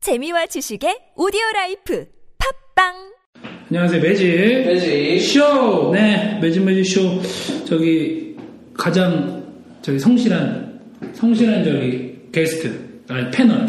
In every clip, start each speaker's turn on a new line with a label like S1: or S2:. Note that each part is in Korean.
S1: 재미와 지식의 오디오 라이프 팝빵
S2: 안녕하세요
S3: 네.
S2: 매직
S3: 매직.
S2: 쇼. 네 매직 매직 쇼 저기 가장 저기 성실한 성실한 저기 게스트 아니 패널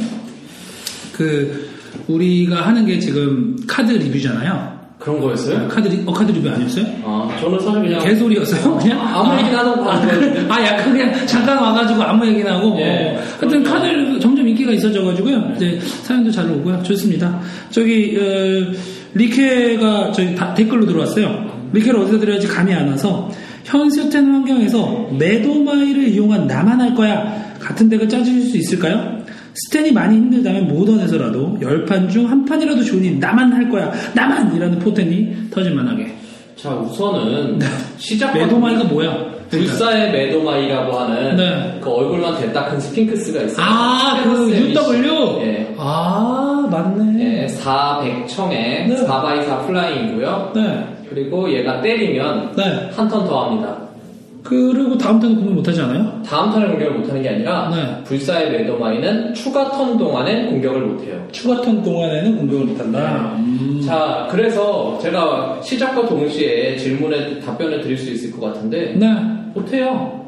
S2: 그 우리가 하는 게 지금 카드 리뷰잖아요.
S3: 그런 거였어요?
S2: 카드 리, 어 카드 리뷰 아니었어요?
S3: 아, 저는 사실 그냥
S2: 개소리였어요 그냥
S3: 아무 얘기나 하던 거
S2: 아,
S3: 같아요.
S2: 아 약간 그냥 잠깐 와가지고 아무 얘기나 하고 뭐.
S3: 예.
S2: 하여튼 카드 를 점점 인기가 있어져가지고요 이제 사연도 잘 오고요 좋습니다 저기 어, 리케가 저희 다- 댓글로 들어왔어요 리케를 어디서 드려야지 감이 안 와서 현수텐 환경에서 매도마이를 이용한 나만 할 거야 같은 데가 짜주실 수 있을까요? 스탠이 많이 힘들다면 모던에서라도 10판 중 한 판이라도 좋으니 나만 할 거야 나만! 이라는 포텐이 터질만하게
S3: 자, 우선은 시작
S2: 네. 매도마이가 뭐야?
S3: 불사의 매도마이라고 하는
S2: 네.
S3: 그 얼굴만 됐다 큰 스핑크스가 있어요.
S2: 아, 그
S3: 스핑크스의
S2: UW?
S3: 예.
S2: 아,
S3: 위치.
S2: 맞네.
S3: 예, 400청에
S2: 네.
S3: 4x4 플라잉이고요.
S2: 네.
S3: 그리고 얘가 때리면
S2: 네.
S3: 한 턴 더 합니다.
S2: 그리고 다음 때는 공부 못하지 않아요?
S3: 다음 턴에 공격을 못하는 게 아니라
S2: 네.
S3: 불사의 매도마이는 추가 턴 동안에 공격을 못해요.
S2: 추가 턴 동안에는 공격을 못한다. 음.
S3: 자, 그래서 제가 시작과 동시에 질문에 답변을 드릴 수 있을 것 같은데
S2: 네.
S3: 못해요.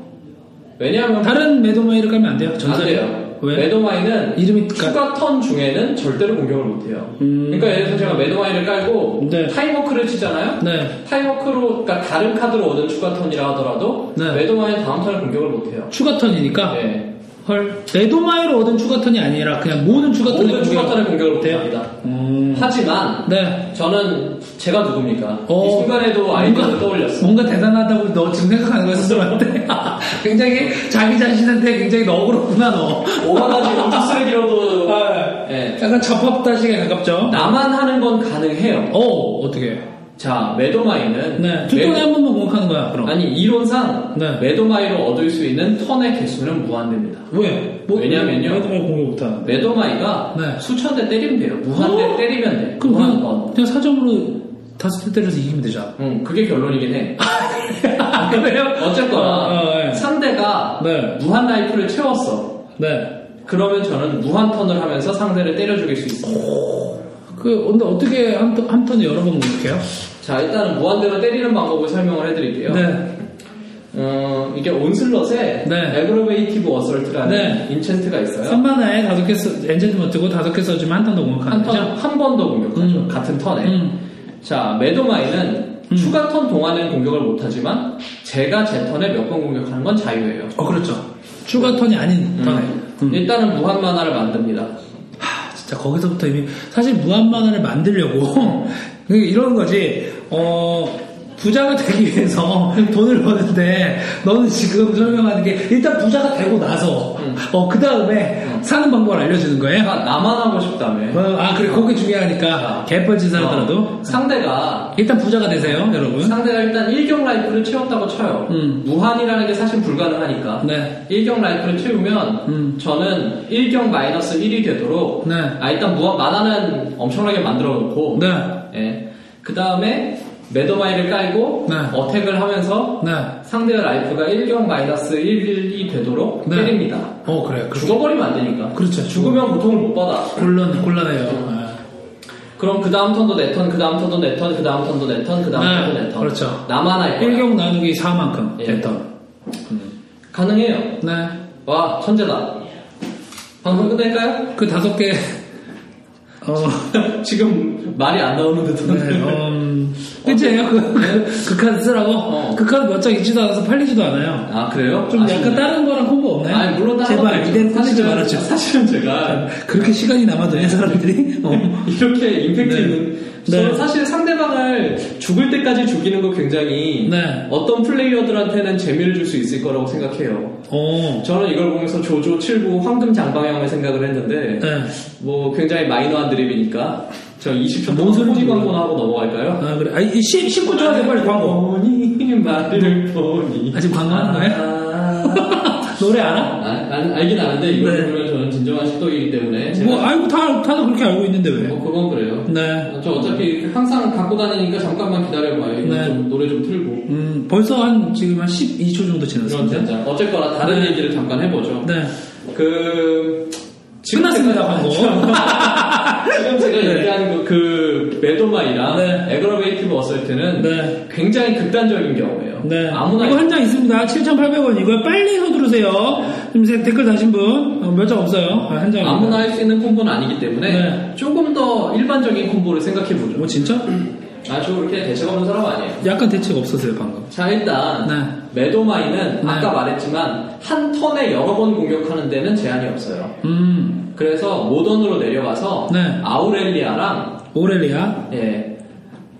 S3: 왜냐하면
S2: 다른 매도마이를 가면 안 돼요?
S3: 안
S2: 전사를?
S3: 돼요.
S2: 왜?
S3: 매도마이는
S2: 이름이 가...
S3: 추가 턴 중에는 절대로 공격을 못해요.
S2: 음.
S3: 그러니까 예를 들어서 제가 매도마이를 깔고
S2: 네.
S3: 타이머크를 치잖아요.
S2: 네.
S3: 타이머크로 그러니까 다른 카드로 얻은 추가 턴이라 하더라도
S2: 네.
S3: 매도마이는 다음 턴에 공격을 못해요.
S2: 추가 턴이니까.
S3: 네.
S2: 헐. 매도마이로 얻은 추가 턴이 아니라 그냥 모든 추가 턴에
S3: 모든 추가 턴에 공격을 못합니다.
S2: 음.
S3: 하지만
S2: 네.
S3: 저는 제가 누굽니까?
S2: 어.
S3: 이 순간에도 아이디어를 떠올렸어요.
S2: 뭔가 대단하다고 너 지금 생각하는 거야, 스스로한테. 굉장히 자기 자신한테 굉장히 너그럽구나, 너.
S3: 오만한 지금 투 쓰레기로도
S2: 아.
S3: 예.
S2: 네. 약간 접합다식에 가깝죠?
S3: 나만 하는 건 가능해요.
S2: 오, 어떻게.
S3: 자, 매도마이는
S2: 네. 두 턴에 한 번만 공격하는 거야, 그럼.
S3: 아니 이론상
S2: 네.
S3: 매도마이로 얻을 수 있는 턴의 개수는 무한대입니다.
S2: 왜?
S3: 왜냐면요.
S2: 매도마이 공격 못하는데.
S3: 매도마이가
S2: 네.
S3: 수천 대 때리면 돼요. 무한 대
S2: 어?
S3: 때리면 돼.
S2: 그럼
S3: 무한
S2: 그냥,
S3: 번.
S2: 그냥 사점으로 다섯 대 때려서 이기면 되잖아.
S3: 응, 그게 결론이긴 해.
S2: 아, 그래요?
S3: 어쨌거나
S2: 어, 어, 예.
S3: 상대가
S2: 네.
S3: 무한 라이프를 채웠어.
S2: 네.
S3: 그러면 저는 무한 턴을 하면서 상대를 때려 죽일 수 있습니다.
S2: 그, 근데 어떻게 한, 턴- 한 턴에 여러 번 공격해요?
S3: 자, 일단은 무한대로 때리는 방법을 설명을 해드릴게요.
S2: 네.
S3: 어, 이게 온슬럿에
S2: 네.
S3: 에그로베이티브 어설트라는
S2: 네.
S3: 인챈트가 있어요.
S2: 3만화에 다섯 개 써, 엔젠트먼트고 다섯 개 써주면 한 턴 더 공격하는
S3: 한 턴,
S2: 거죠?
S3: 음. 한 번 더 공격하죠.
S2: 음.
S3: 같은 턴에.
S2: 음.
S3: 자, 매도마이는 추가 턴 동안은 공격을 못하지만 제가 제 턴에 몇 번 공격하는 건 자유예요.
S2: 어, 그렇죠. 추가 턴이 아닌 턴에. 음.
S3: 일단은 무한 만화를 만듭니다.
S2: 하, 진짜 거기서부터 이미 사실 무한만화를 만들려고 그 이런 거지 어 부자가 되기 위해서 돈을 버는데 너는 지금 설명하는 게 일단 부자가 되고 나서
S3: 음. 아,
S2: 어그 다음에 사는 방법을 알려주는 거예요.
S3: 내가 나만 하고 싶다며.
S2: 어, 아 그래 그게
S3: 아.
S2: 중요하니까 개뻘짓을 하더라도
S3: 어, 상대가
S2: 일단 부자가 되세요 여러분.
S3: 상대가 일단 일경 라이프를 채웠다고 쳐요.
S2: 음.
S3: 무한이라는 게 사실 불가능하니까.
S2: 네.
S3: 일경 라이프를 채우면
S2: 음.
S3: 저는 일경 마이너스 1이 되도록
S2: 네.
S3: 아, 일단 무한 만화는 엄청나게 만들어 놓고
S2: 네.
S3: 그 다음에 매도마이를 깔고
S2: 네.
S3: 어택을 하면서
S2: 네.
S3: 상대의 라이프가 일경 마이너스 1이 되도록
S2: 네.
S3: 때립니다.
S2: 어 그래. 그
S3: 죽어버리면 안 되니까.
S2: 그렇죠.
S3: 죽으면 고통을 못 받아.
S2: 곤란 곤란해요. 아.
S3: 그럼 그 다음 턴도 내 턴, 그 다음 턴도 내 턴, 그 다음 턴도 내 턴, 그 다음
S2: 네.
S3: 턴도 내 턴.
S2: 그렇죠.
S3: 나만 할 거야.
S2: 일경 나누기 4만큼
S3: 예.
S2: 됐던.
S3: 가능해요.
S2: 네.
S3: 와 천재다 방송 끝낼까요?
S2: 그 다섯 개. 어.
S3: 지금 말이 안 나오는 듯한데
S2: 네, 음, 끝이에요. 그, 그, 그 카드 쓰라고?
S3: 네. 어.
S2: 그 카드 몇 장 있지도 않아서 팔리지도 않아요.
S3: 아 그래요?
S2: 좀
S3: 아쉽네.
S2: 약간 다른 거랑 콤보 없나요?
S3: 아니 물론 다른
S2: 제발
S3: 것도
S2: 이대로
S3: 있죠.
S2: 끝내지
S3: 사실은-
S2: 말아줘.
S3: 사실은 제가
S2: 그렇게 시간이 남아도요, 사람들이? 어.
S3: 이렇게 임팩트
S2: 네.
S3: 있는
S2: 네.
S3: 저는 사실 상대방을 죽을 때까지 죽이는 거 굉장히
S2: 네.
S3: 어떤 플레이어들한테는 재미를 줄 수 있을 거라고 생각해요
S2: 어.
S3: 저는 이걸 보면서 조조 7구 황금 장방형을 생각을 했는데
S2: 네.
S3: 뭐 굉장히 마이너한 드립이니까 저 20초
S2: 뭔 소리인지
S3: 포디 광고나 하고 넘어갈까요?
S2: 아, 그래. 아, 이 10, 19초 하세요, 빨리 광고.
S3: 보니 말을 보니
S2: 아, 지금 광고하는 거예요?
S3: 아,
S2: 노래 알아?
S3: 아, 알- 알긴 아는데 이걸
S2: 네.
S3: 보면 저는 진정한 식독이기 때문에 제가
S2: 뭐, 아이고, 다, 다들 그렇게 알고 있는데 왜?
S3: 뭐 그건 그래요.
S2: 네.
S3: 저 어차피 항상 갖고 다니니까 잠깐만 기다려봐요. 이거
S2: 네.
S3: 좀 노래 좀 틀고.
S2: 음, 벌써 한, 지금 한 12초 정도
S3: 이런
S2: 지났습니다.
S3: 진짜 어쨌거나 다른
S2: 네.
S3: 얘기를 잠깐 해보죠.
S2: 네.
S3: 그
S2: 끝났습니다, 광고.
S3: 그 메도마이랑
S2: 네.
S3: 에그러베이티브 어설트는
S2: 네.
S3: 굉장히 극단적인 경우예요.
S2: 네.
S3: 아무나
S2: 이거 한 장 있습니다. 7,800원 이거 빨리 서두르세요. 지금 세- 댓글 다신 분, 몇 장 없어요. 아, 한 장.
S3: 아무나 할 수 있는 콤보는 아니기 때문에
S2: 네.
S3: 조금 더 일반적인 콤보를 생각해 보죠.
S2: 뭐 진짜?
S3: 아주 그렇게 대책 없는 사람 아니에요.
S2: 약간 대책 없었어요 방금.
S3: 자 일단
S2: 네.
S3: 메도마이는
S2: 네.
S3: 아까 말했지만 한 턴에 여러 번 공격하는 데는 제한이 없어요.
S2: 음,
S3: 그래서 모던으로 내려가서
S2: 네.
S3: 아우렐리아랑
S2: 오렐리아.
S3: 예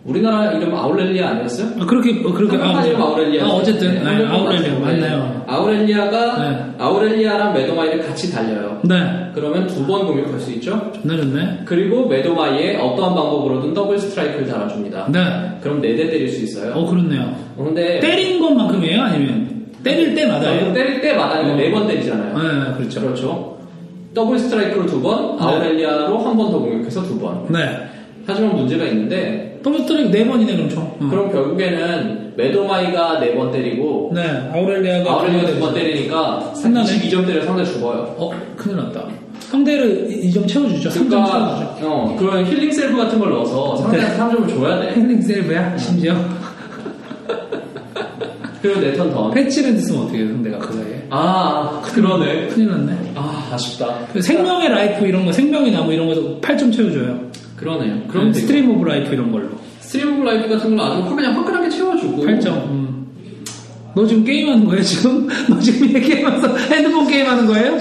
S3: 우리나라 이름 아우렐리아 아니었어요?
S2: 아, 그렇게 어, 그렇게
S3: 한국판
S2: 맞아요.
S3: 이름 아우렐리아. 예,
S2: 아, 어쨌든 네,
S3: 한국판
S2: 아우렐리아
S3: 맞죠?
S2: 맞나요?
S3: 네. 아우렐리아가
S2: 네.
S3: 아우렐리아랑 메도마이를 같이 달려요.
S2: 네,
S3: 그러면 두 번 공격할 수 있죠.
S2: 네, 네,
S3: 그리고 메도마이에 어떠한 방법으로든 더블 스트라이크를 달아줍니다.
S2: 네.
S3: 그럼 네 대 때릴 수 있어요.
S2: 어 그렇네요.
S3: 그런데
S2: 때린 것만큼이에요? 아니면 때릴 때마다요?
S3: 어, 때릴 때마다
S2: 어.
S3: 네 번 때리잖아요.
S2: 네, 그렇죠.
S3: 그렇죠. 더블 스트라이크로 두 번,
S2: 네.
S3: 아우렐리아로 한 번 더 공격해서 두 번.
S2: 네.
S3: 하지만 문제가 있는데
S2: 더블 스트라이크 네 번이네 그럼 총. 어.
S3: 그럼 결국에는 메도마이가 네 번 때리고
S2: 네, 아우렐리아가
S3: 아우렐리아가
S2: 두
S3: 두
S2: 번.
S3: 번 때리니까
S2: 끝나네.
S3: 22점 때려 상대 죽어요.
S2: 어, 큰일 났다. 상대를 2점 채워주죠. 3점 채워주죠. 네.
S3: 그러니까 어, 그런 힐링 셀프 같은 걸 넣어서 상대한테 3점을 줘야 돼.
S2: 힐링 셀브야 심지어
S3: 그리고 네턴 더.
S2: 패치랜드 쓰면 어떻게 해요 상대가 그 사이에
S3: 아 그러네.
S2: 큰일 났네
S3: 아 아쉽다.
S2: 그 생명의 라이프 이런 거 생명의 나무 뭐 이런 거에서 8점 채워줘요
S3: 그러네요.
S2: 그럼
S3: 그럼 스트림
S2: 스트림 오브 라이프 이런 걸로
S3: 스트림 오브 라이프 같은 걸 아주 그냥 화끈하게 채워주고
S2: 8점 음. 너 지금 게임하는 거예요 지금? 너 지금 얘기하면서 핸드폰 게임하는 거예요?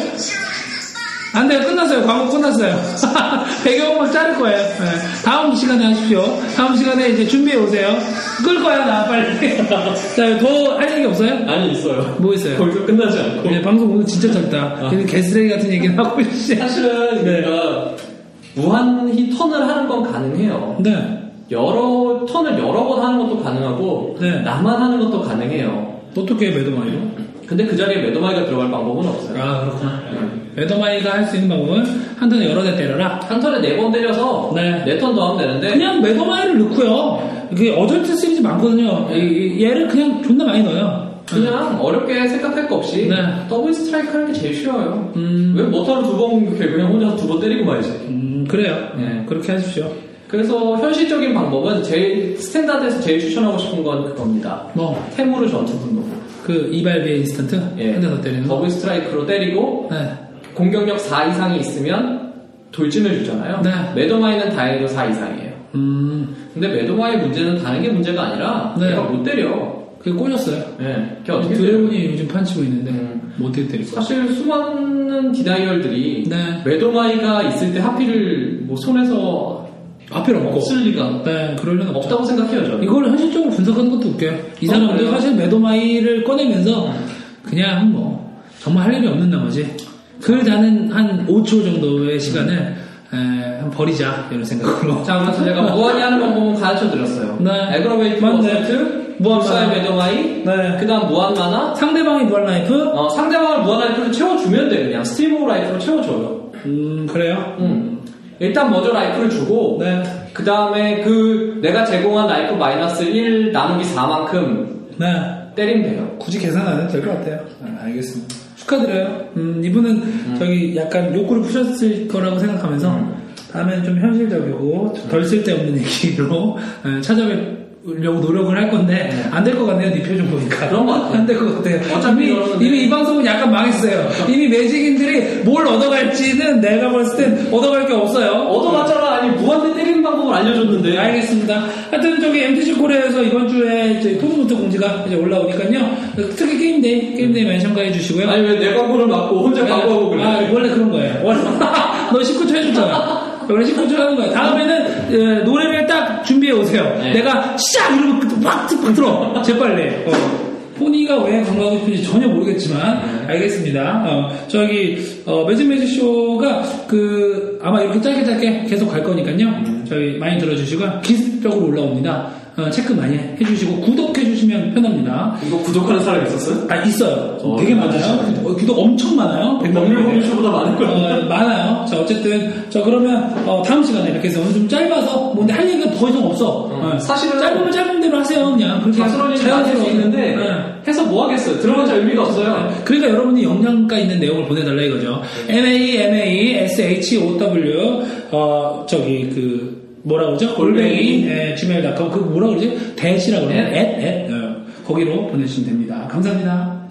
S2: 안 돼요 끝났어요 광고 끝났어요 배경음악 자를 거예요 네. 다음 시간에 하십시오 다음 시간에 이제 준비해 오세요 끌 거야 나 빨리 자더할 얘기 없어요?
S3: 아니 있어요.
S2: 뭐 있어요?
S3: 거기서 끝나지 않고.
S2: 네, 방송 오늘 진짜 짧다. 되게 개쓰레기 같은 얘기를 하고 있어요.
S3: 사실은
S2: 네.
S3: 그러니까 무한히 턴을 하는 건 가능해요.
S2: 네.
S3: 여러 턴을 여러 번 하는 것도 가능하고
S2: 네.
S3: 나만 하는 것도 가능해요.
S2: 어떻게 매도마이로?
S3: 근데 그 자리에 매도마이가 들어갈 방법은 없어요.
S2: 아, 그렇구나. 매도마이가 할 수 있는 방법은 한 턴에 여러 대 때려라.
S3: 한 턴에 네 번 때려서
S2: 네.
S3: 네 턴 더 하면 되는데
S2: 그냥 매도마이를 넣고요. 이게 어절트 시리즈 많거든요. 이- 이- 얘를 그냥 존나 많이 넣어요.
S3: 그냥 어렵게 생각할 거 없이
S2: 네.
S3: 더블 스트라이크 하는 게 제일 쉬워요.
S2: 음.
S3: 왜 모터를 두번 공격해? 그냥 혼자서 두 번 때리고 말지.
S2: 음, 그래요.
S3: 네.
S2: 그렇게 하십시오.
S3: 그래서 현실적인 방법은 제일 스탠다드에서 제일 추천하고 싶은 건 그겁니다.
S2: 뭐,
S3: 템으로 전투 분노.
S2: 그 이발비의 인스턴트?
S3: 예.
S2: 한 대 더 때리는 거?
S3: 더블 스트라이크로 때리고
S2: 네.
S3: 공격력 4 이상이 있으면 돌진을 주잖아요.
S2: 네.
S3: 매도마이는 다행히도 4 이상이에요.
S2: 음,
S3: 근데 매도마의 문제는 다른 게 문제가 아니라
S2: 네.
S3: 내가 못 때려.
S2: 그게 꽂혔어요.
S3: 예. 걔 어떻게 때려?
S2: 드래곤이 요즘 판치고 있는데,
S3: 음.
S2: 뭐 어떻게 때릴 거야?
S3: 사실 수많은 디다이얼들이
S2: 네.
S3: 매도마이가 있을 때 하필 뭐 손에서
S2: 앞에 없고.
S3: 없을 리가
S2: 네, 그럴 리는 없죠.
S3: 없다고 생각해요 저는.
S2: 이걸 현실적으로 분석하는 것도 웃겨요. 이
S3: 어,
S2: 사람들
S3: 그래요? 어.
S2: 사실 매도마이를 꺼내면서 그냥 뭐 정말 할 일이 없는 나머지 그걸 다는 한 5초 정도의 시간을 에, 한 버리자 이런 생각으로.
S3: 자 그래서 제가 뭐 무한히 하는 방법은 가르쳐 드렸어요.
S2: 네.
S3: 에그로베이트
S2: 맞네.
S3: 버스트,
S2: 무한
S3: 불사의
S2: 만화.
S3: 매도마이,
S2: 네.
S3: 그다음 무한 만화.
S2: 상대방이 무한 라이프?
S3: 어, 상대방을 무한 라이프로 채워주면 돼 그냥 스트리머 라이프로 채워줘요.
S2: 음 그래요.
S3: 음. 일단 먼저 라이프를 주고
S2: 네.
S3: 그 다음에 그 내가 제공한 라이프 마이너스 1 나누기 4만큼
S2: 네.
S3: 때리면 돼요
S2: 굳이 계산 안 해도 될 것 같아요. 아, 알겠습니다. 축하드려요. 음, 이분은 저기 약간 욕구를 푸셨을 거라고 생각하면서 다음에는 좀 현실적이고 덜 쓸데없는 얘기로 에, 찾아뵈려고 노력을 할 건데 안 될 것 같네요. 네 표정 보니까.
S3: 그런 것 같아요.
S2: 안 될 것 같아요.
S3: 어차피
S2: 이미,
S3: 그러는데.
S2: 이미 이 방송은 약간 망했어요. 이미 매직인들이 뭘 얻어갈지는 내가 봤을 땐 얻어갈 게 없어요.
S3: 얻어봤잖아 아니 무한대 때리는 방법을
S2: 네,
S3: 알려줬는데
S2: 알겠습니다. 하여튼 저기 MTC 코리아에서 이번 주에 저희 토론노트 공지가 이제 올라오니까요. 특히 게임데이, 게임데이 많이 참가해 주시고요.
S3: 아니 왜 내 광고를 막고 혼자 광고하고 그래
S2: 아, 원래 그런 거예요. 원래 너 19초 해줬잖아. 원래 19초 하는 거야. 다음에는 예, 노래를 딱 준비해 오세요.
S3: 네.
S2: 내가 시작 이러고 빡, 빡 들어. 재빨리. 어. 포니가 왜 건강하고 싶은지 전혀 모르겠지만
S3: 네.
S2: 알겠습니다. 어, 저기 어, 매직 매직 쇼가 그 아마 이렇게 짧게 짧게 계속 갈 거니까요.
S3: 음.
S2: 저희 많이 들어주시고요. 기습적으로 올라옵니다. 어, 체크 많이 해주시고 구독해주시면 편합니다.
S3: 이거 구독하는 사람 있었어요?
S2: 아 있어요.
S3: 어,
S2: 되게
S3: 많으시네.
S2: 많아요. 어, 기도 엄청 많아요.
S3: 법률 법률쇼보다 많을 거예요
S2: 어, 많아요. 자 어쨌든 자 그러면 어, 다음 시간에 이렇게 해서 오늘 좀 짧아서 뭔데 할 얘기가 더 이상 없어.
S3: 음.
S2: 어,
S3: 사실은-
S2: 짧으면 짧은 대로 하세요 그냥 그렇게
S3: 자수로는 잘할 수
S2: 그러니까 자연스러운-
S3: 있는데
S2: 네.
S3: 해서 뭐 하겠어요 들어가자 의미가 없어요
S2: 그러니까 여러분이 영양가 있는 내용을 보내달라
S3: 네.
S2: 이거죠. M A M A S H O W 어 저기 그 뭐라 그러죠?
S3: 골뱅이. 네.
S2: 예, gmail.com. 그 뭐라 그러지? 대시라고 그러나요? 앳, 앳. 어, 거기로 보내주시면 됩니다. 감사합니다.